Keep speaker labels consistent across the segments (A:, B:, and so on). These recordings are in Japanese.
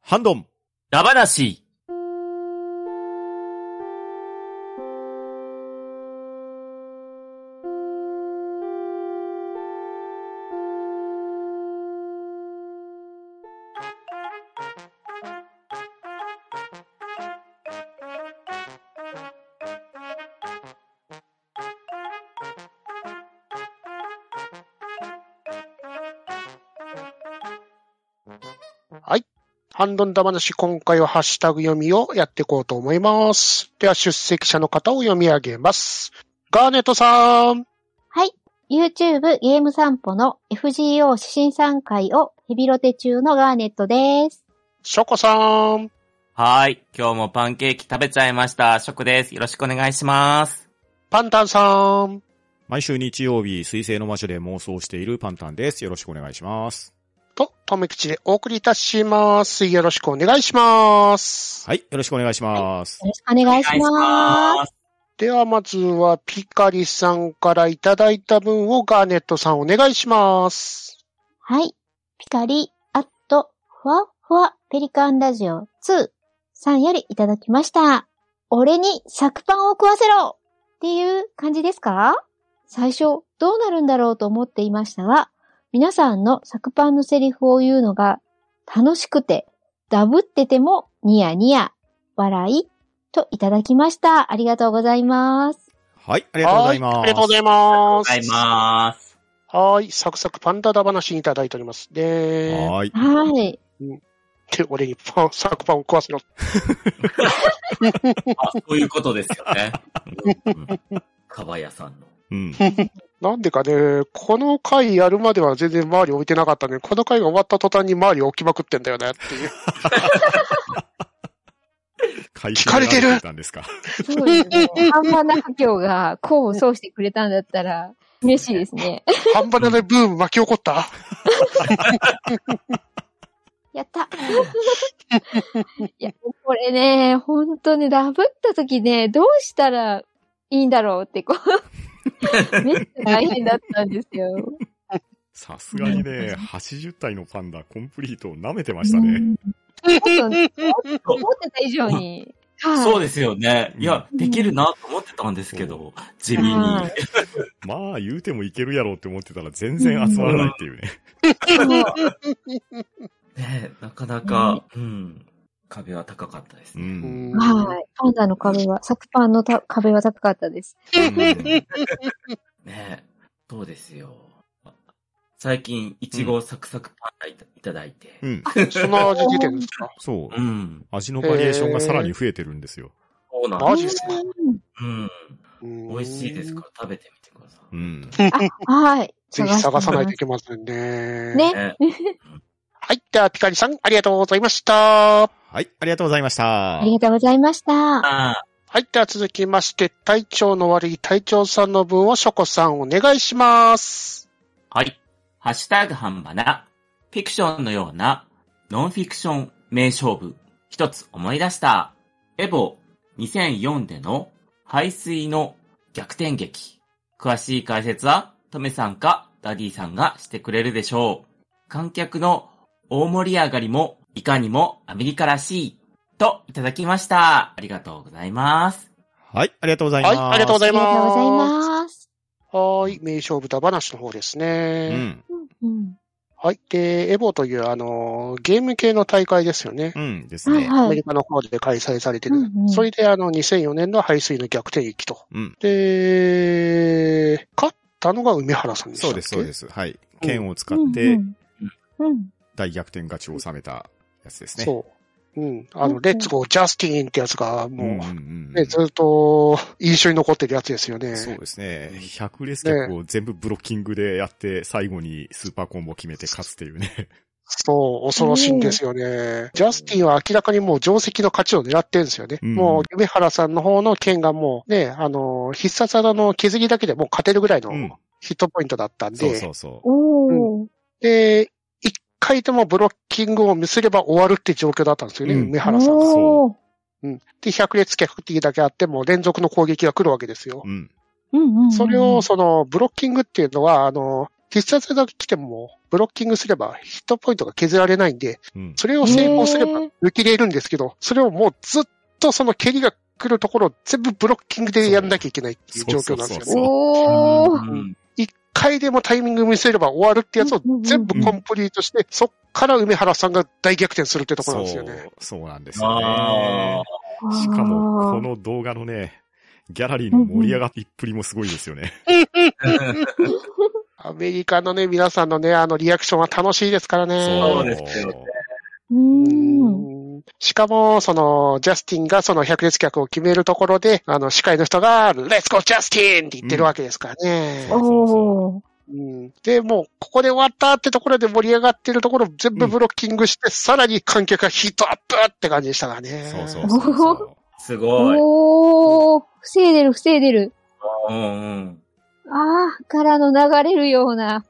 A: ハンドン。
B: ダバナシ。
C: ハンドンダ話、今回はハッシュタグ読みをやっていこうと思います。では、出席者の方を読み上げます。ガーネットさん、
D: YouTube ゲーム散歩の FGO 指針参会をヘビロテ中のガーネットです。
C: ショコさん、
B: はーい。今日もパンケーキ食べちゃいました。ショックです。よろしくお願いします。
C: パンタンさん、
A: 毎週日曜日、水星の魔女で妄想しているパンタンです。よろしくお願いします。
C: と、とめきちでお送りいたします。よろしくお願いします。
A: はい、よろしくお願いします。
D: よろしくお願いします。
B: す。
C: では、まずはピカリさんからいただいた分をガーネットさんお願いします。
D: はい。ピカリ、アット、ふわっふわ、ペリカンラジオ2さんよりいただきました。俺に作パンを食わせろっていう感じですか最初、どうなるんだろうと思っていましたが、皆さんの作パンのセリフを言うのが楽しくて、ダブっててもニヤニヤ、笑い、といただきました。ありがとうございます。
A: はい、あ
C: あ
A: りがとうございます。
C: ありがとうござい
B: ご
C: ま
B: ざい
C: す。
B: ます。
C: はい、サクサクパンダダ話にいただいておりますね。
A: はい。
D: はい。
C: で、俺にパン、サクパンを食わせろ。
B: あ、そういうことですよね。かばやさんの。
A: うん。
C: なんでかね、この回やるまでは全然周り置いてなかったのに、この回が終わった途端に周り置きまくってんだよねって いう。
A: 聞
C: 聞かれてる
A: たんですか。
D: そうですね。あんま中京が功を奏してくれたんだったら、嬉しいですね。
C: 半端ないブーム巻き起こった。
D: やった。いや、これね、本当ね、ダブった時ね、どうしたらいいんだろうって、こう、めっちゃ大変だったんですよ。
A: さすがにね、80体のパンダコンプリートを舐めてましたね。
D: うんもっと思ってた以上に。はい
B: そうですよね。いや、
D: うん
B: できるなと思ってたんですけど、地味に。
D: はい
A: まあ、言うてもいけるやろうって思ってたら全然集まらないっていうね。
B: ねなかなか、うん。壁は高かったです
A: う
B: ね。
A: ん。
D: はい。パンダの壁は、サクパンのた壁は高かったです。
B: ねえ、そうですよ。最近、いちごサクサクパンダいただいて。
A: うん。
C: その味出てるんですか
A: そう
B: う。ん。
A: 味のバリエーションがさらに増えてるんですよ。
B: そうなん
C: マ
B: で
C: ジっ
B: す。
C: すか
B: うん。
C: 美
B: 美味しいですから食べてみてください。
A: うん。
D: はい。
C: ぜひ探さないとい
D: け
C: けませんね。
D: ね。
B: ね
C: はい。では、ピカリさん、ありがとうございました。は
A: はい、ありがとうございました
D: あ。りがとうございました。
B: ああ、
C: い。では、続きまして、体調の悪い隊長さんの分をショコさんお願いします。
B: はい。ハッシュタグ半ばな、フィクションのような、ノンフィクション名勝負、一つ思い出した。エボ2004での排水の逆転劇。詳しい解説は、トメさんかダディさんがしてくれるでしょう。観客の大盛り上がりも、いかにもアメリカらしい。と、いただきました。ありがとうございます。
A: はい、ありがとうございま
C: は
A: す。
C: い。ありがとうご
D: あ
C: ざい
D: りがとうござい
C: ます。
D: ます。
C: はい。名勝負だ話の方ですね。
A: うん。
D: うん。
C: はい。で、エボという、あの、ゲーム系の大会ですよね。
A: うんです
D: はい
A: ね。
C: ア
D: は
C: メ
D: い
C: リ。カの方で開催されてる。
D: うんうん
C: それで、あの、2004年の排水の逆転劇と。
A: うん。
C: で、勝ったのが梅原さんでした
A: そ
C: っ
A: う
C: け。
A: です、そうですす。はい。剣を使っ
D: うん
A: て
D: うん。うん。
A: 大逆転勝ちを収めたやつですね。
C: そう。うん。あ
D: う
C: の、
D: ん
C: レッツゴージャスティーンってやつが、もう、
A: んんう
C: ね、
A: ん。
C: ずっと印象に残ってるやつですよね。
A: そうですね。100レース客を全部ブロッキングでやって、最後にスーパーコンボ決めて勝つっていうね。
C: そう、恐ろしいんですよね。ジャスティンは明らかにもう定石の勝ちを狙ってるんですよね。
A: うん
C: もう、梅原さんの方の剣がもうね、あの、必殺技の削りだけでもう勝てるぐらいの
A: うん
C: ヒットポイントだったんで、
A: そうそうそう。
D: おー。
C: で、一回でもブロッキングをミスれば終わるって状況だったんですよね、
A: うん
C: 梅原さん
A: が
C: が。
D: おー
C: うん。で、百列客っていうだけあっても連続の攻撃が来るわけですよ。
A: うん。
D: うんうんうん。
C: それを、その、ブロッキングっていうのは、あの、必殺技が来ても、ブロッキングすればヒットポイントが削られないんで、
A: うん。
C: それを成功すれば
D: へー
C: 抜き入れるんですけど、それをもうずっとその蹴りが来るところを全部ブロッキングでやんなきゃいけないっていう状況なんですよ
A: そう
C: ね。
D: おー。
B: うん
C: 一回でもタイミング見せれば終わるってやつを全部コンプリートして、そっから梅原さんが大逆転するってところなんですよね。
A: そう、そうなんですよね。
B: あ
A: しかも、こ
D: の、
A: の動画のね、ギャラリーの盛り上がりっぷりもすごいですよね。
B: ー
C: アメリカのね、皆さんのね、あのリアクションは楽しいですから
B: そう
C: ね。
B: ですよね
D: う
C: う
D: ーん。
C: んしかも、その、ジャスティンがその百列客を決めるところで、あの、司会の人が、レッツゴージャスティンって言ってるわけですからね。
A: そうそうそ
D: おー。
C: うんで、もう、ここで終わったってところで盛り上がってるところを全部ブロッキングして、さらに観客がヒートアップって感じでしたからね。
A: そう そうそうそう。
B: すごい。
D: おー。防いでる、防いでる。
B: うんうん。
D: あー、からの流れるような。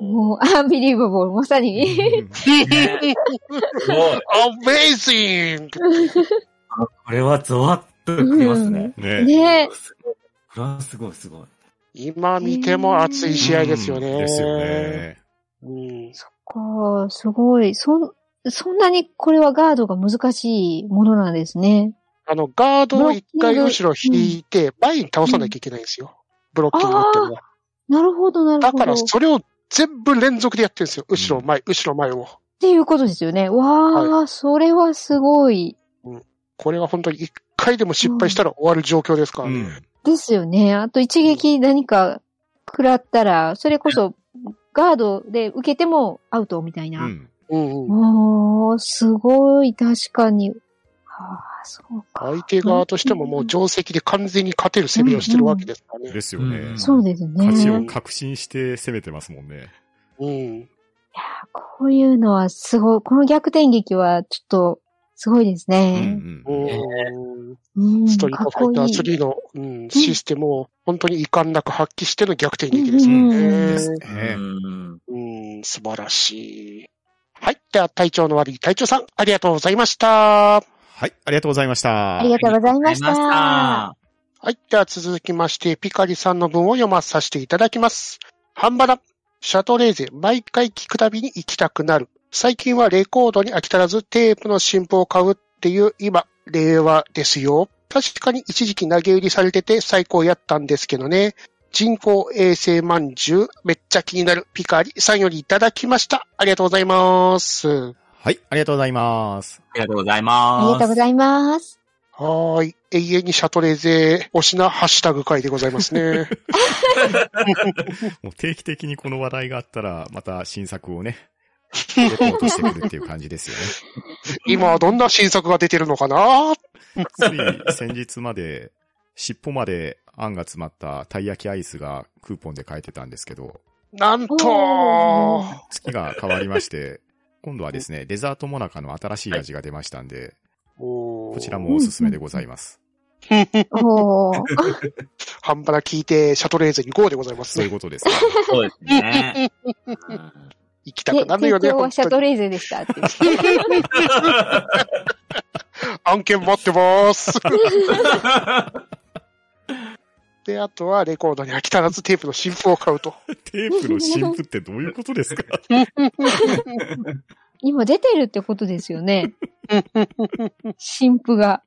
D: もう、アンビリーバボー、まさに。
A: うん
B: すごい。
C: アメイジング
B: これはゾワッときますね。
A: ね
D: ね
B: すごいこれはすごいすごい。
C: 今見ても熱い試合ですよね。
A: うんですよ。ね。
C: うん、
D: こう、すごい。そん、そんなにこれはガードが難しいものなんですね。
C: あの、ガードを一回後ろ引いて、前に倒さなきゃいけないんですよ。ブロッキングってのは。
D: なるほど、なる
C: だ
D: ほど。
C: から、
D: っ
C: それを全部連続でやってるんですよ。後ろ前、後ろ前を。
D: ていうことですよね。わー、それはすごい。
C: これは本当に一回でも失敗したら終わる状況ですから
A: う
C: ね。
A: ん。
D: ですよね。あと一撃何か食らったら、それこそガードで受けてもアウトみたいうな。
A: ん。
C: うんうん
D: おー、すごい、確かに。はあ、そうか。
C: 相手側としてももう定石で完全に勝てる攻めをしてるわけですからね
A: で。すよね。
B: うん
D: そうですね。
A: 勝ち
D: い
A: を確信して攻めてますもんね。
C: うん。
D: やこういうのはすごい。この逆転劇はちょっと、すごいです
A: う
D: ね。
A: んうんうん。
C: うん
D: うん、
C: ストリートファイター
D: かっこいい
C: 3の、うん、システムを本当に遺憾なく発揮しての逆転劇ですよ
D: うん
C: ね。
A: ね
B: うん
C: うん、素晴らしい。はい。では、体調の悪い隊長さん、ありがとうございました。
A: はい、ありがとうございました。
D: ありがとうございました。
B: あ
C: はい。では続きまして、ピカリさんの文を読まさせていただきます。ハンバラ。シャトレーゼ、毎回聞くたびに行きたくなる。最近はレコードに飽き足らずテープの新譜を買うっていう今、令和ですよ。確かに一時期投げ売りされてて最高やったんですけどね。人工衛星まんじゅう、めっちゃ気になるピカリさんよりいただきました。ありがとうございます。
A: はい、ありがとうございます。
B: りがとうございます。
D: ありがとうござ います。
C: はーい。永遠にシャトレーゼ推しなハッシュタグ会でございますね。
A: もう定期的にこの話題があったら、また新作をね、レポートしてくるっていう感じですよね。
C: 今はどんな新作が出てるのかな
A: つい先日まで、尻尾まであんが詰まったたい焼きアイスがクーポンで買えてたんですけど、
C: なんと
D: おー
A: 月が変わりまして、今度はですね、デザートモナカの新しい味が出ましたんで、
C: こ
A: こちらもおすすめでございます。
D: おー。
C: 半端な聞いて、シャトレーゼに GO でございます
A: そういう
C: ね。
A: ことですね。
B: そうですね。うん
C: 行きたくなるよ
D: 提
C: ね、
D: 供は
C: 本
D: シャト
C: 当に。
D: レーゼ でしたって。
C: 案件待ってます。 で、あとはレコードに飽き足らずテープの新譜を買うと。
A: テープの新譜ってどういうことです か
D: 今出てるってことですよね。新婦が。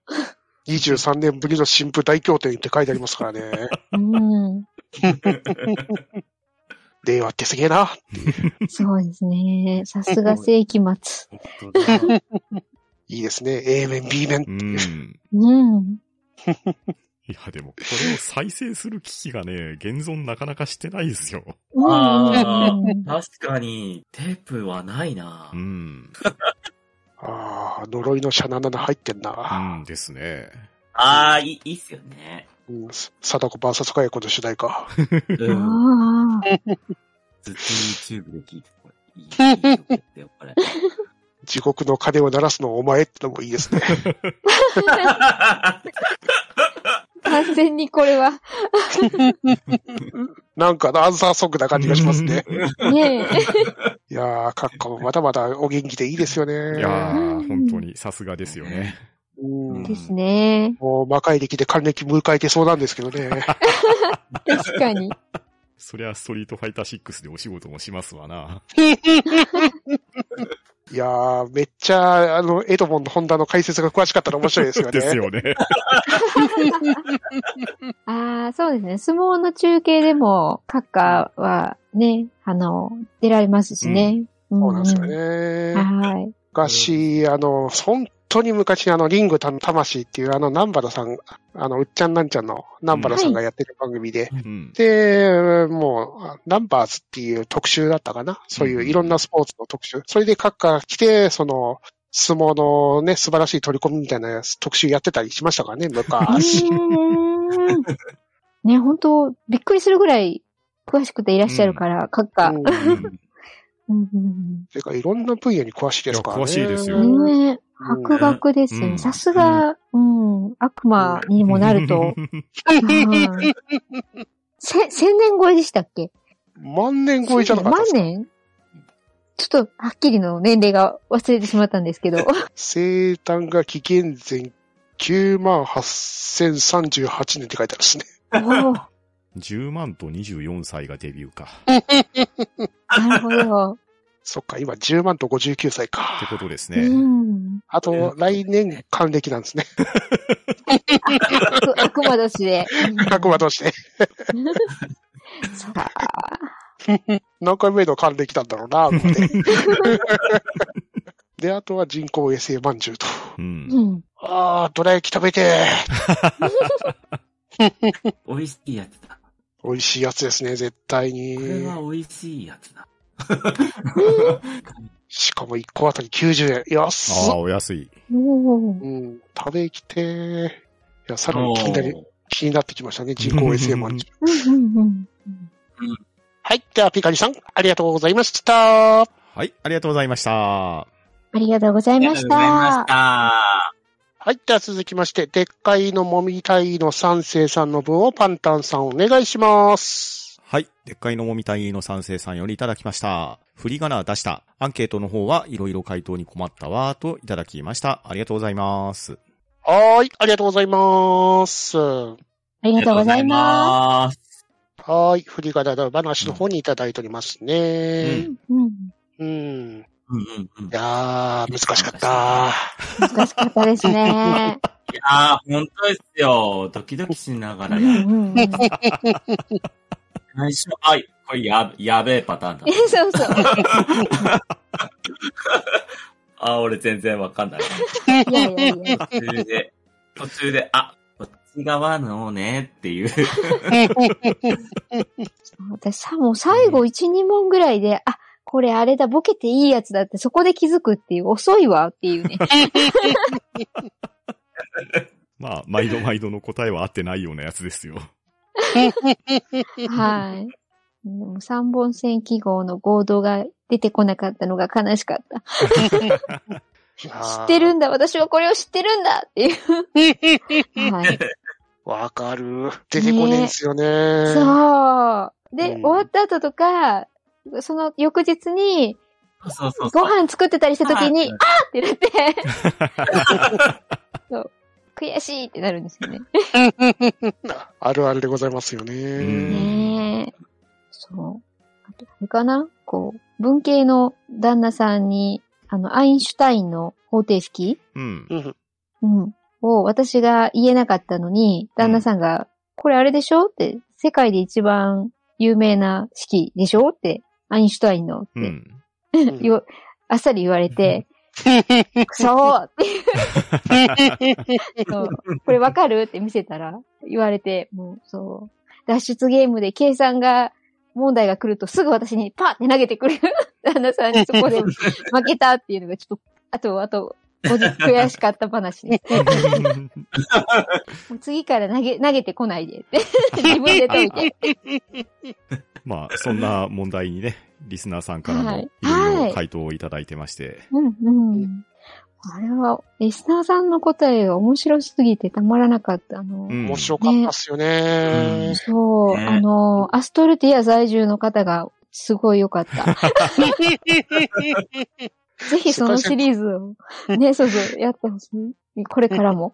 C: 23年ぶりの新譜大協定って書いてありますから ね。
D: うん。
C: 令和ってすげえな。
D: そうですね。さすが世紀末。
C: いいですね。A 面、B 面。
A: うん。
D: うん。
A: いや、でも、これを再生する機器がね、現存なかなかしてないですよ。
B: あ
D: うん。
B: 確かに、テープはないな
A: う。ん。
C: ああ、呪いのシャナナナ入ってんな。
A: うんですね。
B: ああ、いい、いいっすよね。
C: うん。貞子 VS カヤコの主題歌。
B: うん。ずっと
D: ああ。
B: YouTube で聞いてこれ。いいいい曲ですよ、これ。
C: 地獄の鐘を鳴らすのはお前ってのもいいですね。
D: 完全にこれは。
C: なんかアンサーソングな感じがしますね。
D: ね
C: いやー、かっこもまだまだお元気でいいですよね。
A: いや
D: うん
A: ー、本当にさすがですよね。
C: う
D: え。
C: ん
D: で、すね。
C: もう魔界歴で還暦迎えてそうなんですけどね。
D: 確かに。
A: そりゃストリートファイター6でお仕事もしますわな。
C: いやー、めっちゃ、あの、エドモンのホンダの解説が詳しかったら面白いですよ ね。
A: ですよね。
D: ああ、そうですね。相撲の中継でも、閣下はね、あの、出られますしね。
C: そうなんですよね。
D: ね。はい。
C: 昔、あの、本当に昔、あの、リングた魂っていう、あの、南原さん、あの、うっちゃんなんちゃんの南原さんがやってる番組で、
A: うん。
C: で、もう、あナンバーズっていう特集だったかな。そういういろんなスポーツの特集。それで各家来て、その、相撲のね、素晴らしい取り込みみたいなやつ特集やってたりしましたからね、昔。
D: うーんね、本当びっくりするぐらい詳しくていらっしゃるから、閣下。
C: うん
A: うん
D: うんうん
C: てか、いろんな分野に詳しいですからね。
A: いや詳しいです
D: う
A: よ
D: ん
C: うん
D: ね博学です
A: う
D: ね。
A: ん
D: さすが、うん、悪魔にもな ると。。はいせ、千年超えでしたっけ
C: 万年超えじゃなかったです
D: 万年ちょっと、はっきりの年齢が忘れてしまった んですけど。
C: 生誕が紀元前98,038年って書いてあるですね。
D: おお
A: 10万と24歳がデビューか。
D: なるほど。
C: そっか、今10万と59歳
A: って
C: か。
A: ことです
D: う
A: ね。
D: ん。
C: あと、来年還暦なんですね。
D: 悪悪魔年 で。
C: 各話として。
D: さあ
C: 何回目の還暦なんだろうな、思って。 で、あとは人工衛星まんじゅうと。
A: うん。
D: うん
C: あー、どら焼き食べてー。
B: 美味しいやつだ。
C: 美味しいやつですね、絶対に
B: こ。れは美味しいやつだ。
C: しかも1個あたり90円。安
A: ああ、
C: っ。
A: お安い。
D: おー
C: うん、食べきてー。いや、さらに気になり、
B: おー
C: 気になってきましたね、人工衛星まんじゅう。
D: うんうんうん
C: はい。では、ピカリさん、ありがとうございまし
A: は
C: た。
A: い、ありがとうございました。
D: ありがとうござい
B: あり
D: ま
B: がと
D: し。
B: うございましたた。。
C: はい。では、続きまして、でっかいのもみたいの三世さんの分をパンタンさんお願いします。
A: はい。でっかいのもみたいの賛成さんよりいただきました。振り仮名出した。アンケートの方はいろいろ回答に困ったわーといただきました。ありがとうございます。
C: はーい。ありがとうございます。は
D: ありがとうございます
C: ーい。振り仮名の話の方にいただいておりますね。
D: す。うん
C: うん。い
B: うんうんうん。いや
C: やー、難しかった。
D: 難しかったですね。
B: ー、本当ですよ。ドキドキしなが
D: う
B: ら
D: ん
B: やる。
D: うんうんえ、
B: 最初、あ、これや、やべえパターンだ。
D: そうそう。
B: あ、俺全然わかんない。
D: いやいやいや。
B: 途中で、途中で、あ、こっち側のねっていう。
D: 私さ、もう最後1、2問ぐらいで、あ、これあれだ、ボケていいやつだって、そこで気づくっていう、遅いわって いうね。
A: まあ、毎度毎度の答えは合ってないようなやつですよ。
D: はい。でも3本線記号の合同が出てこなかったのが悲しかった。
C: 知
D: 知ってるんだ、私はこれを知ってるんだっていう。はい。
C: わかる。出てこねえんすよね。
D: そう。で、
C: うん
D: 終わった後とか、その翌日に、
B: そうそうそう。
D: ご飯作ってたりした時に、
B: あ
D: あーってなって、 そう悔しいってなるんですよね。
C: あるあるでございますよ
A: うん
C: ね。
D: ねえ。そう。あと、あれかなこう、文系の旦那さんに、あの、アインシュタインの方程式
A: うん。
C: うん。
D: うん。を私が言えなかったのに、旦那さんが、これあれでしょって、世界で一番有名な式でしょって、アインシュタインのって、
A: うん。
D: よあっさり言われて、くそーってそうこれわかるって見せたら、言われて、もう、そう。脱出ゲームで計算が、問題が来るとすぐ私にパーって投げてくる 旦那さんにそこで負けたっていうのがちょっと、あと、あと、後日悔しかった話 ね。もう次から投げ、投げてこないで って。自分で解いて。
A: まあ、そんな問題にね、リスナーさんから
D: は
A: も
D: い
A: いろいろ回答をいただいてまして。
D: うん うん。あれは、リスナーさんの答えが面白すぎてたまらなかった。あの、
A: うん
C: 面白かったっすよね。
D: そう、
B: ね
D: あの、アストルティア在住の方がすごい良か った。 ぜひそのシリーズを、 ね、そうそう、やってほしい。これからも。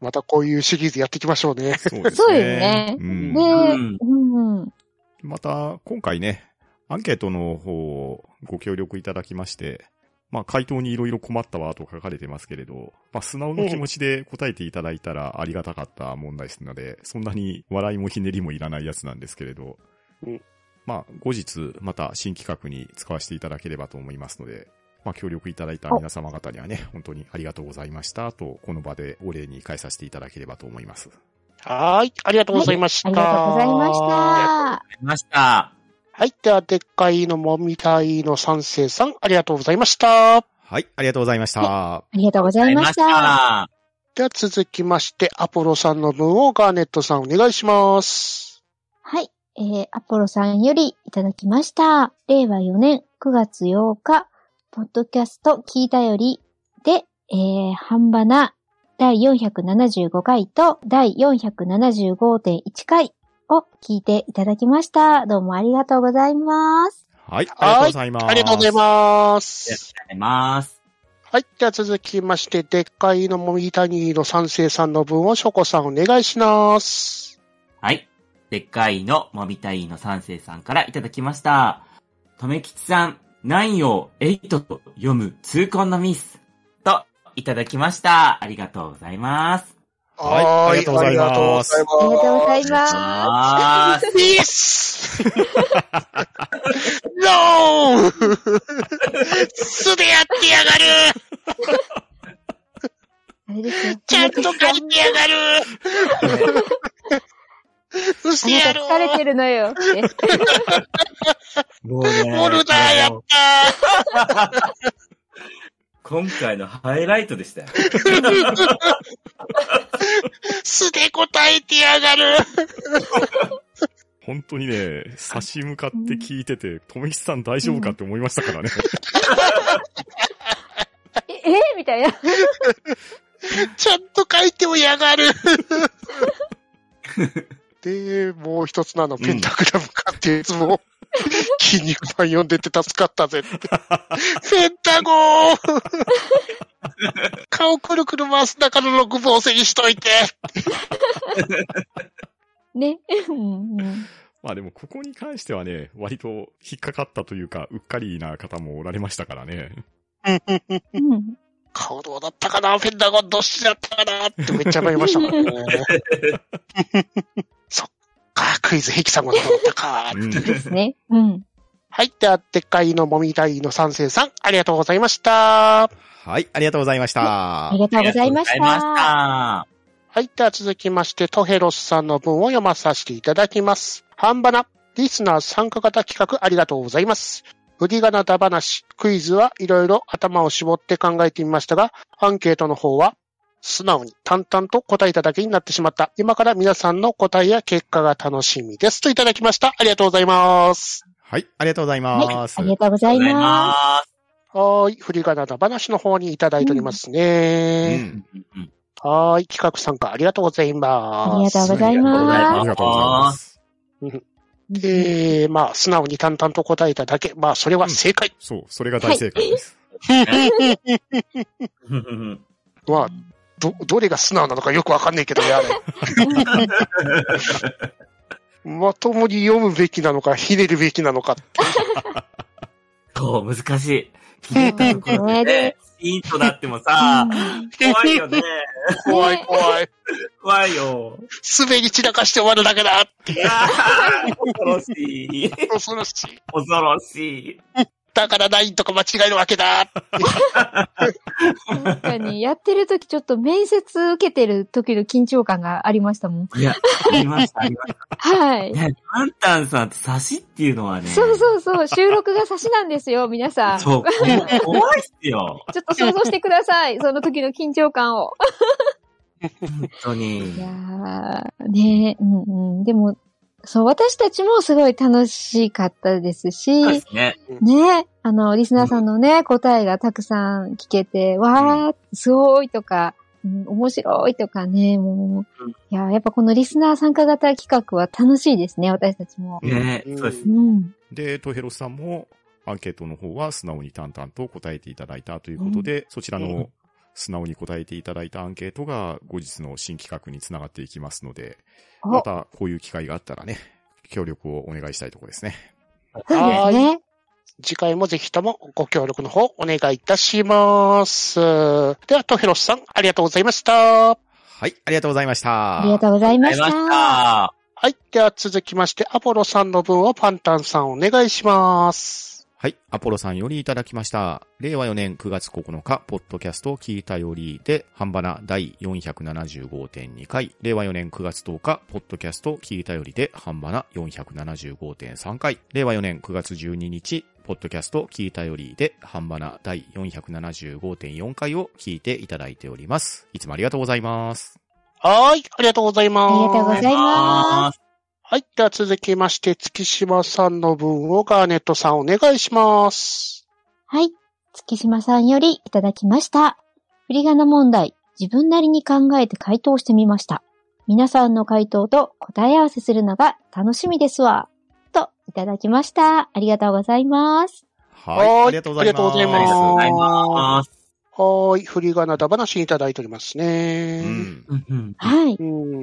C: またこういうシリーズやっていきましょうね。
A: そうですね。
D: そうですね
A: うん
D: で、
B: うん
D: うん、うん。
A: また、今回ね、アンケートの方をご協力いただきまして、まあ、回答にいろいろ困ったわと書かれてますけれど、まあ、素直な気持ちで答えていただいたらありがたかった問題ですので、そんなに笑いもひねりもいらないやつなんですけれど
C: うん、
A: まあ、後日、また新企画に使わせていただければと思いますので、まあ、協力いただいた皆様方にはね、本当にありがとうございましたと、この場でお礼に返させていただければと思います。
C: はーい。ありがとうございました。
D: ありがとうございました。
B: りました。
C: はい。では、でっかいのもみたいの三世さん、ありがとうございました。
A: はい、ありがとうございました。
D: ありがとうござ
B: あ
D: い
B: り
D: ま
B: まし
D: した。
B: た。
C: では、続きまして、アポロさんの分をガーネットさんお願いします。
D: はい。えー、アポロさんよりいただきました。令和4年9月8日、ポッドキャスト聞いたよりで、えー、半ばな第475回と第475.1回を聞いていただきました。どうもありがとうございます。
A: はい、ありがとうございます。
C: ありがとうございます。
B: あります。
C: はい。では、続きまして、でっかいのもみたいの三世さんの分をショコさんお願いします。
B: はい。でっかいのもみたいの三世さんからいただきました。とめきちさん、何を8と読む痛恨のミス。と、いただきました。ありがとうございます。
A: はいありがとうございます
D: ありがとうござ
C: い
D: います。
B: あー
C: ます。イエスノー素でやってやがる
D: あれですね。
C: ちゃんと書いてやがる
D: あ
C: してや
D: な
C: る
D: た疲れてるのよ。って
B: もうね
C: モルダーやった
B: 今回のハイライトでしたよ。
C: 素で答えてやが る
A: 本当にね、差し向かって聞いてて、とめきさん大丈夫かって思いましたからね。
D: ええみたいな。
C: ちゃんと書いてもやがる で、もう一つなの、ペンタグラム買っていつも、筋肉マン読んでて助かったぜって。 ペンタゴー 顔くるくる回す中の六芒星にしといて。
D: ね。うんうん
A: まあでも、ここに関してはね、割と引っかかったというか、うっかりな方もおられましたからね。
D: うん
C: 顔どうだったかなペンタゴンどっしだったかなってめっちゃ迷いました からね。そっか、クイズ、ヘキサゴンどうだったか。
A: うん
D: ですね。うん。
C: はい。では、でっかいのもみたいの三世さん、ありがとうございました。
A: はい、ありがとうございました
D: あり。がとうございまし。
B: ありがとうございましたた。
C: はい。では続きまして、トヘロスさんの文を読まさせていただきます。半ばな、リスナー参加型企画ありがとうございます。振り仮名だ話、クイズはいろいろ頭を絞って考えてみましたが、アンケートの方は、素直に淡々と答えただけになってしまった。今から皆さんの答えや結果が楽しみです。といただきました。ありがとうございます。
A: はい、ありがとうござい
D: は
A: ま
D: い。
A: す。
D: ありがとうございま
C: はーい。振り仮名だ話の方にいただいております
A: う
C: ね。
A: ん
B: うん
C: はーい。企画参加ありがとうございます。
D: ありがとうございます
A: ありがとうございます。ありがとうございます。
D: す。
C: ええまあ、素直に淡々と答えただけ。まあ、それは正解。
A: そう、それが大正解です。
B: うん
C: まあ、ど、どれが素直なのかよくわかんないけどね、あ れ。まともに読むべきなのか、ひねるべきなのか。
B: そう、難しい。ひねったところでね、ヒントだってもさ、怖いよね。
C: 怖い怖い。
B: 怖いよ。
C: 滑り散らかして終わるだけだ。
B: あー 恐ろしい。
C: 恐ろしい。
B: 恐ろしい。
C: だからナインとか間違えるわけだ。
D: うん確かに、やってる時ちょっと面接受けてる時の緊張感がありましたもん。
B: いや、ありました、ありました。
D: はい
B: い。や、パンタンさんって差しっていうのはね、
D: そうそうそう、収録が差しなんですよ、皆さん。ちょ
B: そう、こ怖いっすよ。
D: っと想像してください、その時の緊張感を。
B: 本当に
D: い。やー、ねうんうん。でも、そう、私たちもすごい楽しかったです
B: そう
D: し
B: で、すね。
D: ね、あの、リスナーさんのね、答えがたくさん聞けて、わー、すごいとか、うん、面白いとかね、もう、
B: うん
D: いや、やっぱこのリスナー参加型企画は楽しいですね、私たちも。
B: ね
C: うん
B: そうです
D: う。ん。
A: で、トヘロスさんも、アンケートの方は素直に淡々と答えていただいたということで、そちら
B: うん
A: の素直に答えていただいたアンケートが後日の新企画につながっていきますので、
D: お
A: またこういう機会があったらね、協力をお願いしたいところですね。
D: そうです
C: はい。
D: ね。
C: 次回もぜひともご協力の方お願いいたします。では、トヘロスさん、ありがとうございました。
A: はい、ありがとうございました。
D: ありがとうございま
B: あり
D: し。
B: がとうございましたた。
C: はい。では続きまして、アポロさんの分をパンタンさんお願いします。
A: はい。アポロさんよりいただきました。令和4年9月9日、ポッドキャストを聞いたよりで、半ばな第475.2回、令和4年9月10日、ポッドキャストを聞いたよりで、半ばな475.3回、令和4年9月12日、ポッドキャストを聞いたよりで、半ばな第475.4回を聞いていただいております。いつもありがとうございます。
C: はい。ありがとうございます。
D: ありがとうございます
B: す。
C: はい。では続きまして、月島さんの分をガーネットさんお願いします。
D: はい。月島さんよりいただきました。振り仮名問題、自分なりに考えて回答してみました。皆さんの回答と答え合わせするのが楽しみですわ。と、いただきました。ありがとうございます。
A: は。
C: はいい
A: ありがとうございます。
C: ありがとうございます
B: ありがとうございます。
C: はーい。振り仮名だ話にいただいております
A: う
C: ね。
A: ん。
B: うんうん
D: はい。
C: うん。
D: うん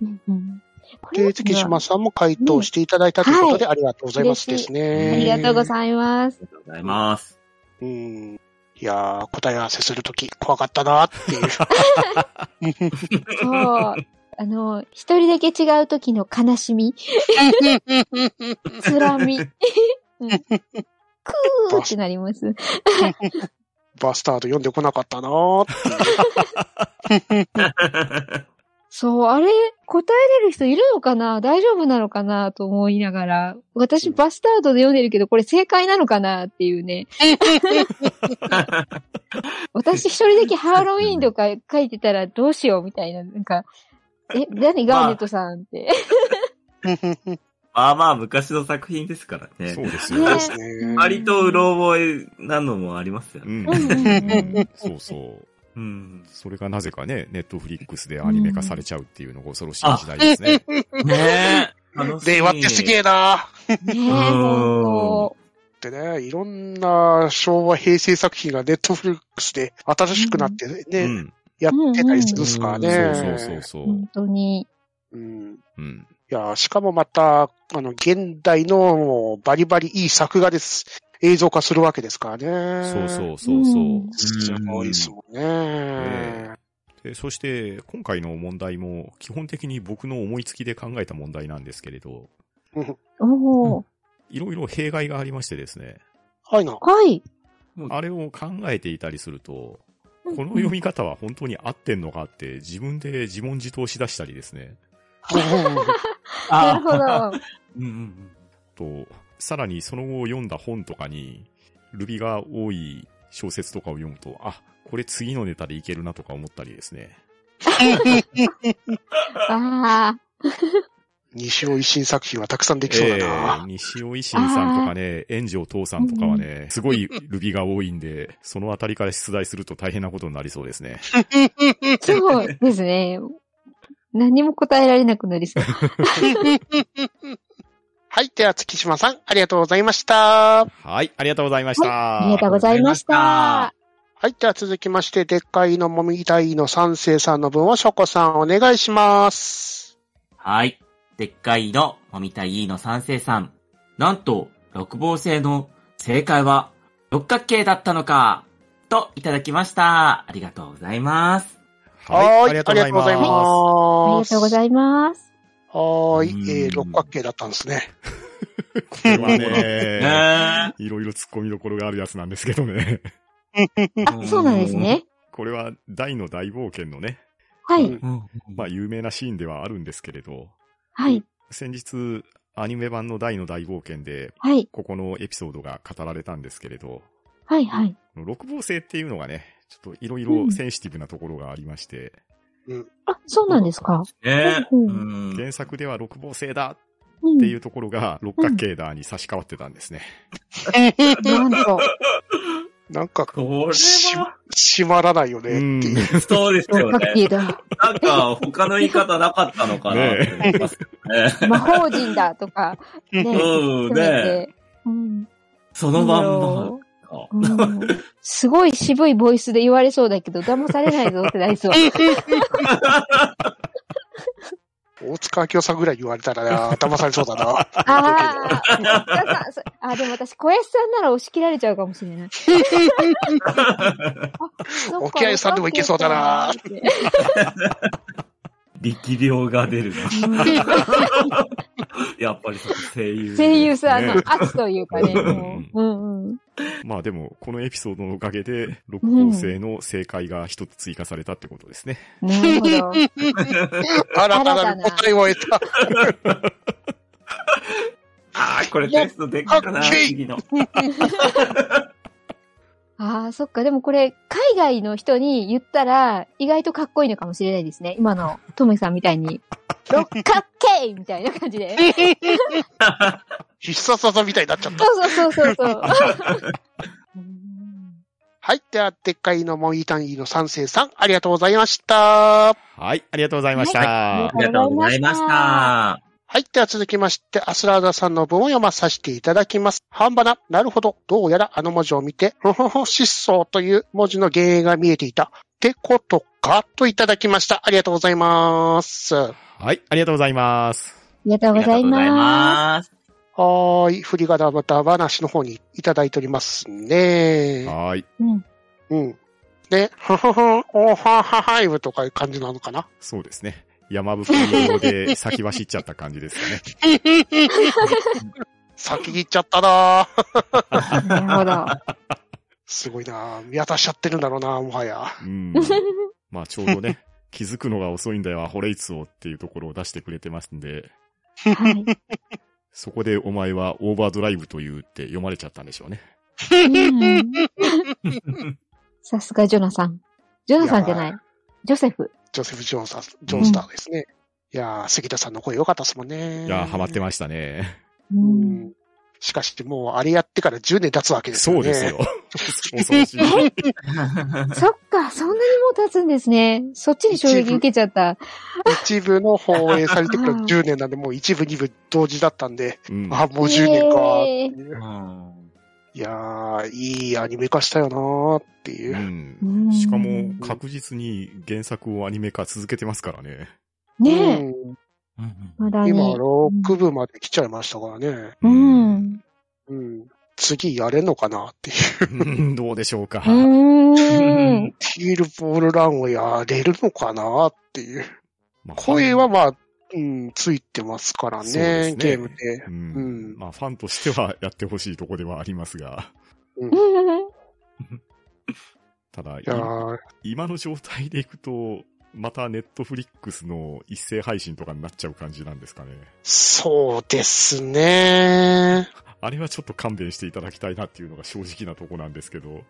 D: うんこ
C: で、月島
D: さ
C: さんも回答していただいたということで、ありがとうございます
D: 嬉
C: で
D: しい
C: すね。
D: ありがとうございます
B: あ。りがとうございます。
C: うん。いやー、答え合わせするとき怖かったなって いう。
D: そう。あの、一人だけ違う時の悲しみ、つらみ。うんクーってなります。
C: バスタード読んでこなかったなーって
D: そう、あれ、答えれる人いるのかな大丈夫なのかなと思いながら、私バスタードで読んでるけど、これ正解なのかなっていう ね。私一人だけハロウィーンとか書いてたらどうしようみたいな、なんか、え、何ガーネットさんって。
B: まあまあ、昔の作品ですからね
A: そう。です
D: ね
A: よ。
C: ですね。
B: 割とうろ覚えなのもありますよ
A: う
B: ね。
A: ん。
D: うんうん
A: うんそうそう。
B: うん。
A: それがなぜかね、ネットフリックスでアニメ化されちゃうっていうのが恐ろしい時代ですね。
B: ねえ。楽しい
C: 令和ってすげえなーっ
D: ねえ、ほんと。
C: てね、いろんな昭和平成作品がネットフリックスで新しくなってね、
A: うん。
C: やってたりするっすからね。
A: そうそうそうそう。
D: 本当に。。
C: うん
A: うん。
C: いやー、しかもまた、あの、現代のもうバリバリいい作画です。映像化するわけですからね。
A: そうそうそうそううん
C: すごいですもんね。
A: えでそして、今回の問題も、基本的に僕の思いつきで考えた問題なんですけれど、
D: おー。
A: いろいろ弊害がありましてですね、
C: はい な。
D: はい。
A: あれを考えていたりすると、この読み方は本当に合ってんのかって、自分で自問自答しだしたりですね。
D: なるほど。
B: うんうんうん
A: と、さらにその後読んだ本とかに、ルビが多い小説とかを読むと、あ、これ次のネタでいけるなとか思ったりですね。
D: ああ。
C: 西尾維新作品はたくさんできそうだ
A: ええ
C: な。
A: 西尾維新さんとかね、炎上父さんとかはね、すごいルビが多いんで、そのあたりから出題すると大変なことになりそうですね。
D: そうですね。何も答えられなくなりそう。
C: はい。では、月島さん、ありがとうございました。は
A: はい、ありがとうございました。
D: ありがとうございまし
B: あ
D: た。
C: い。では、続きまして、でっかいのもみたいの三世さんの分を、ショコさん、お願いします。
B: はい。でっかいの、もみたいの三世さん。なんと、六芒星の正解は六角形だったのか、といただきました。ありがとうございます。
A: は、
C: はい
A: ありがとうございます。
D: ありがとうご
C: います。
D: ざいます。
C: はー
B: うん
C: い。えー、六角形だったんですね。
A: これは
B: ね
A: ね、
B: え。
A: いろいろ突っ込みどころがあるやつなんですけどね。
D: あ、そうなんですね。
A: これは大の大冒険のね、
D: は
C: う
D: い
C: ん。
B: うん。
A: まあ有名なシーンではあるんですけれど、
D: はい。
A: 先日、アニメ版の大の大冒険で、
D: はい。
A: ここのエピソードが語られたんですけれど、
D: はい。はい。
A: この六芒星っていうのがね、ちょっといろいろセンシティブなところがありまして、
D: あ、そうなんですか。
B: ねえ。
D: うん
B: うん
A: 原作では六芒星だ
D: うん
A: っていうところが六角形だに差し替わってたんですね。
D: なんと。
C: なんか、
B: こ
C: し
B: れは、
C: 閉まらないよね。
A: うん。 ね
B: そうです
D: 六
B: よ
D: 角
B: ね。
D: 形だ。
B: なんか、他の言い方なかったのかなって思いますね。
D: 魔法人だとか。ね。
B: うん、ね
D: え。うん。
B: そ
D: こ
B: のまんま。
D: うんすごい渋いボイスで言われそうだけど、騙されないぞってなりそう。
C: おっ大塚明夫さんぐらい言われたらな、騙されそうだな。
D: ああ、大塚さんそあ、でも私、小林さんなら押し切られちゃうかもしれ ない。あ
C: 沖合さんでもいけそうだな。
D: そっか大塚明夫さんって
E: 力量が出るな。やっぱりその声優。
D: 声優さんの
A: ね
D: 圧というかね、
A: うん
D: もう。うんうん。
A: まあでも、このエピソードのおかげで、六校生の正解が一つ追加されたってことですね。
D: なるほど。
C: 新たなる答えを得た。
E: あーこれテストでっかくな、
C: いや
E: 次の。
D: ああ、そっか。でもこれ、海外の人に言ったら、意外とかっこいいのかもしれないですね。今のトムさんみたいに。六角形みたいな感じで。
C: 必殺技みたいになっちゃった。
D: そうそうそ うそうそう。うん
C: はい。では、でっかいのモイタンイの三世さん、ありがとうございました。
A: はい、ありがとうございました。
D: は
A: は、
E: ありがとうございました。
C: はい。では続きまして、アスラーダさんの文を読まさせていただきます。半ばな、なるほど。どうやらあの文字を見て、ふふふ、失踪という文字の原影が見えていた。ってことかといただきました。ありがとうございます。はい
A: ありがとうございます。
D: ありがとうございます。
E: す。
C: ーい。振り仮名また話の方にいただいておりますね。
A: はーい。
D: うん。
C: うん。で、ふふふ、おはははいぶとかいう感じなのかな。
A: そうですね。山吹用で先走っちゃった感じですかね。
C: 先に行っちゃったなー
D: なるほど。
C: すごいなー見渡しちゃってるんだろうなーもはや。
A: うん。 まあちょうどね、 気づくのが遅いんだよ、アホレイツをっていうところを出してくれてますんで、
D: はい。
A: そこでお前はオーバードライブというって読まれちゃったんでしょうね。
D: うんさすがジョナさん。ジョナさんじゃないい。ジョセフ。
C: ジョセフ・ジョーンさん、ジョーンスターですね。いやー、関田さんの声良かったですもんね。
A: いやー、ハマって
C: ま
A: ましたね。
D: う
C: す
D: ん。
C: しかし、もう、あれやってから10年経つわけですよね。
A: そうですよ。恐ろしい。
D: そっか、そんなにもう経つんですね。そっちに衝撃受けちゃった。
C: 一部の放映されてから
D: うん
C: 10年なんで、もう一部、二部同時だったんで、
A: うん。
C: あ、もう10年か
D: イエー
C: っ
D: イ
C: ていう
E: う。ん
C: いやー、いいアニメ化したよなーっていうう。
A: ん
D: うん
A: しかも、確実に原作をアニメ化続けてますからね。
D: ねえ、
C: うん
D: まだに。
C: 今、6部まで来ちゃいましたからね。
D: う。ん。
C: うん。次やれんのかなっていう。
A: うんどうでしょうか
D: う。ーん。
C: ティールボールランをやれるのかなっていう。
A: まあ
C: 声は、まあ、うん、ついてますから
A: そうですね
C: ね、ゲームで。
A: う
C: うん
A: ん。まあ、ファンとしてはやってほしいとこではありますが、ただ、い
C: いやー
A: 今の状態でいくと、またネットフリックスの一斉配信とかになっちゃう感じなんですかね。
C: そうですね。
A: あれはちょっと勘弁していただきたいなっていうのが正直なとこなんですけど。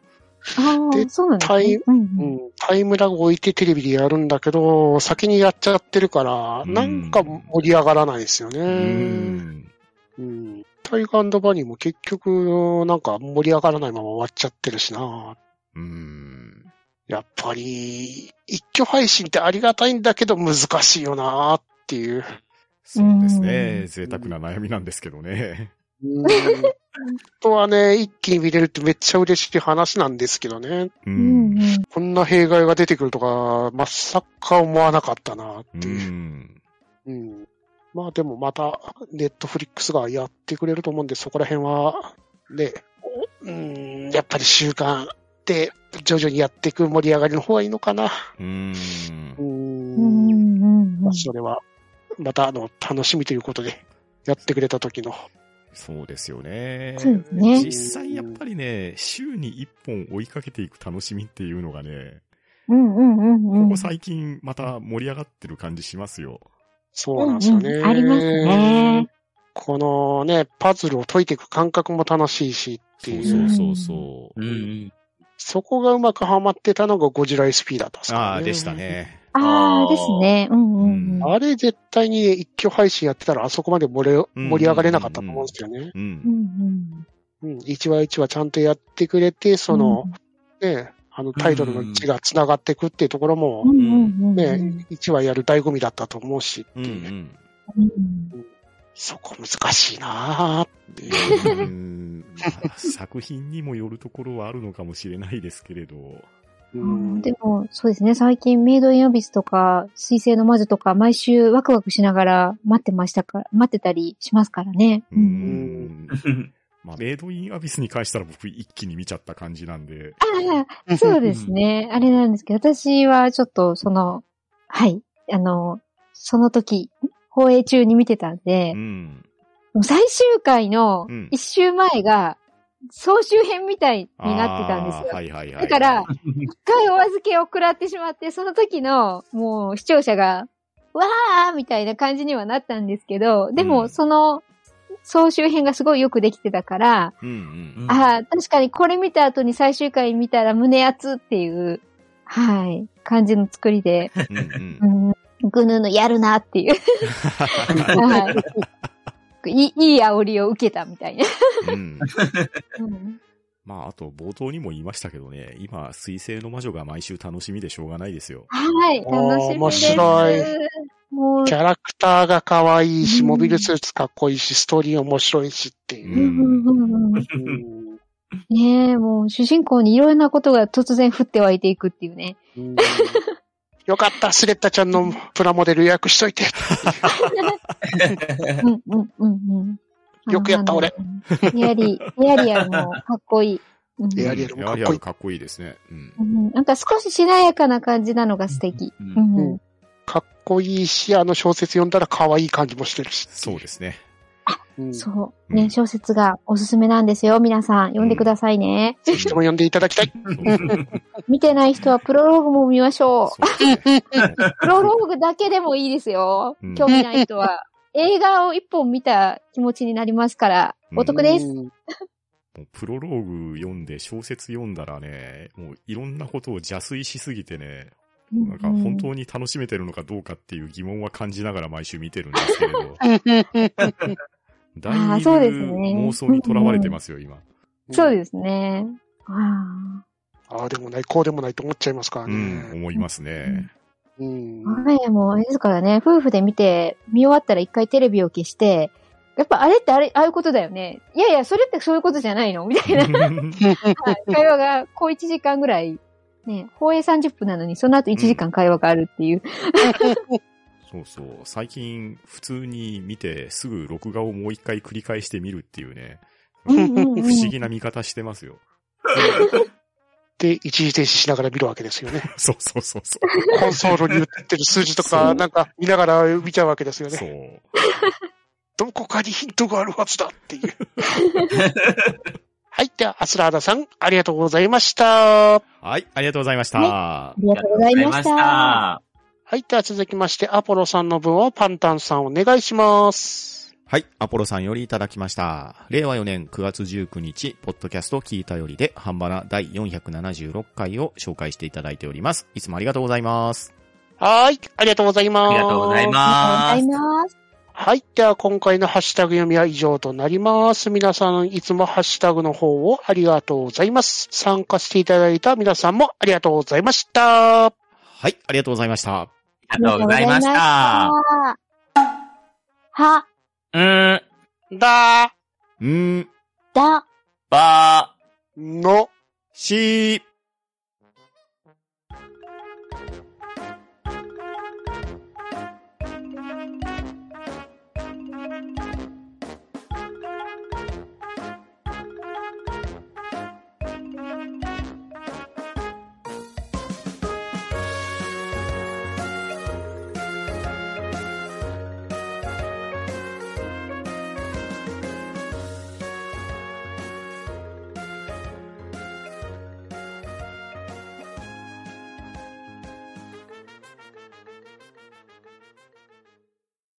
D: ああ、
C: で
D: そうなんです
C: タイ
D: ね。うんう
C: うんん、タイムラグ置いてテレビでやるんだけど、先にやっちゃってるから、
A: うん
C: なんか盛り上がらないですよ
A: う
C: ね。
A: ん。
C: うん、タイガーバニーも結局、なんか盛り上がらないまま終わっちゃってるしな。
A: うん。
C: やっぱり、一挙配信ってありがたいんだけど難しいよなっていう。
A: そうです
D: う
A: ね
D: ん。
A: 贅沢な悩みなんですけどね。
C: うん本当はね、一気に見れるってめっちゃ嬉しい話なんですけどね。
A: う。
D: うんんうん
C: こんな弊害が出てくるとか、まさか思わなかったなっ
A: う
C: ていう。
A: ん。
C: うんまあでもまた、ネットフリックスがやってくれると思うんで、そこら辺は、ね、おうん、やっぱり習慣で徐々にやっていく盛り上がりの方がいいのかな。
A: うん。
C: う。
D: うんんうんう
C: まあ
D: ん。
C: それは、またあの、楽しみということで、やってくれた時の。
A: そうですよね。
D: そうですね
A: 実際やっぱりね、週に一本追いかけていく楽しみっていうのがね、
D: うんうんうんうん。
A: ここ最近また盛り上がってる感じしますよ。
C: そうなんですよね。
D: うんうんありますね。
C: このね、パズルを解いていく感覚も楽しいしって
A: そ
C: いうう。
A: そうそうそうう。
E: ん。
C: そこがうまくハマってたのがゴジラ SP だったんですから
A: ああ、でした。ね。
D: ああ、ですね。うんうんうん。
C: あれ絶対に一挙配信やってたらあそこまで盛れ
A: うん
C: 盛り上がれなかったと思うんですよね。
A: う
D: うん
A: ん。
D: うん
C: うん。一話一話ちゃんとやってくれて、その、ね、あのタイトルの字が繋がっていくっていうところ
D: うん
C: も、
D: うんうんうん。
C: ね、一話やる醍醐味だったと思うしって
A: うんう
C: いう、
A: ん。
D: うん
C: そこ難しいなぁっていう。
A: うんまあ作品にもよるところはあるのかもしれないですけれど、
C: うん
D: でも、そうですね。最近、メイドインアビスとか、水星の魔女とか、毎週ワクワクしながら待ってましたから、待ってたりしますからね。
A: うーん。
E: うん
A: まあ、メイドインアビスに関したら僕一気に見ちゃった感じなんで。
D: ああ、そうですね。あれなんですけど、私はちょっと、その、はい、あの、その時、放映中に見てたんで
A: う、ん。
D: もう最終回の
A: うん
D: 一週前が、総集編みたいになってたんです
A: あー
D: よ。
A: はいはいはい。
D: だから、一回お預けを食らってしまって、その時の、もう視聴者が、わーみたいな感じにはなったんですけど、で
A: う
D: も、
A: ん
D: その、総集編がすごいよくできてたから、
A: うんうん。
E: うん
D: ああ、確かにこれ見た後に最終回見たら胸熱っていう、はい、感じの作りで、
A: うんうん
D: う。ん、ぐぬぬやるなっていう、はい、いい、いい煽りを受けたみたいな。
A: うん。
D: うん
A: まあ、あと冒頭にも言いましたけどね、今、水星の魔女が毎週楽しみでしょうがないですよ。
D: はい、
C: あー
D: 楽しみです。
C: 面白
D: もう
C: キ、ャラクターが可愛いし、
D: うん
C: モビルスーツかっこいいし、ストーリー面白いしっていう
D: う。んうんうんうん
C: うん
D: ねえ、もう主人公にいろいろなことが突然降って湧いていくっていうね。
C: うんよかった、スレッタちゃんのプラモデル予約しといて。
D: うんうんうんうん。
C: よくやった俺
D: あの。エアリー、エアリアルもかっこいい。うん
C: エアリアルもかっこいい
A: エアリアルかっこいいですね。うん。
D: うんなんか少ししなやかな感じなのが素敵。
E: う
D: うんん
C: う
D: うんん
C: かっこいいし、あの小説読んだら可愛い感じもしてるし。
A: そうですね。
C: うんぜ
D: そう。
A: う
D: ね、
A: ん
D: 小説がおすすめなんですよ。皆さん、読んでくださいね。
C: ひとも読んでいただきたい。
A: そうですね
D: 見てない人はプロローグも見ましょう。
A: そうですね
D: プロローグだけでもいいですよ
A: うん。
D: 興味ない人は。映画を一本見た気持ちになりますから、お得です。
C: うん。
A: もうプロローグ読んで小説読んだらね、もういろんなことを邪推しすぎてね、なんか本当に楽しめてるのかどうかっていう疑問は感じながら毎週見てるんですけれど、だ
D: あ
A: い
D: ー
A: ぶ
D: そうですね
A: 妄想にとらわれてますよ、今。
D: そうですすね。あ
C: ああでもない、こうでもないと思っちゃいますから
A: うん、
C: ね。
A: 思いますね。
C: うん
D: あ。前もあれですからね、夫婦で見て、見終わったら一回テレビを消して、やっぱあれってあれ、ああいうことだよね。いやいや、それってそういうことじゃないのみ たいな会話が、こう1時間ぐらい、ね、放映30分なのに、その後1時間会話があるって いう。
A: そうそう。最近、普通に見て、すぐ録画をもう一回繰り返してみるっていうね、
D: う
C: うんん
D: うんうん
A: 不思議な見方してますよ。
C: で、一時停止しながら見るわけですよ ね。
A: そうそうそうそ
C: コンソールに売ってる数字と
A: そう
C: か、なんか見ながら見ちゃうわけですよ
A: う。そ
C: ね。
A: う。
C: どこかにヒントがあるはずだっ ていう。はい。では、アスラーダさん、ありがとうございました。
A: はい、ありがとうございました。
D: ありがとうございまし
B: ありがとうござい
D: た。
C: はい。では続きまして、アポロさんの分をパンタンさんお願いします。
A: はい、アポロさんよりいただきました。令和4年9月19日、ポッドキャスト聞いたよりで、ハンバナ第476回を紹介していただいております。いつもありがとうございます。
C: はーい。ありがとうございます。
B: ありがとうござい
D: あ
B: ま
D: り
B: す。
D: がとうございます。
C: はい。では、今回のハッシュタグ読みは以上となります。皆さん、いつもハッシュタグの方をありがとうございます。参加していただいた皆さんもありがとうございました。
A: はい、ありがとうございました。
B: ありがとうございまし
D: あ
B: た。
D: ーは、
B: うーん、
C: だ、
A: んー、
D: だ、
B: ば
C: の、
A: しー、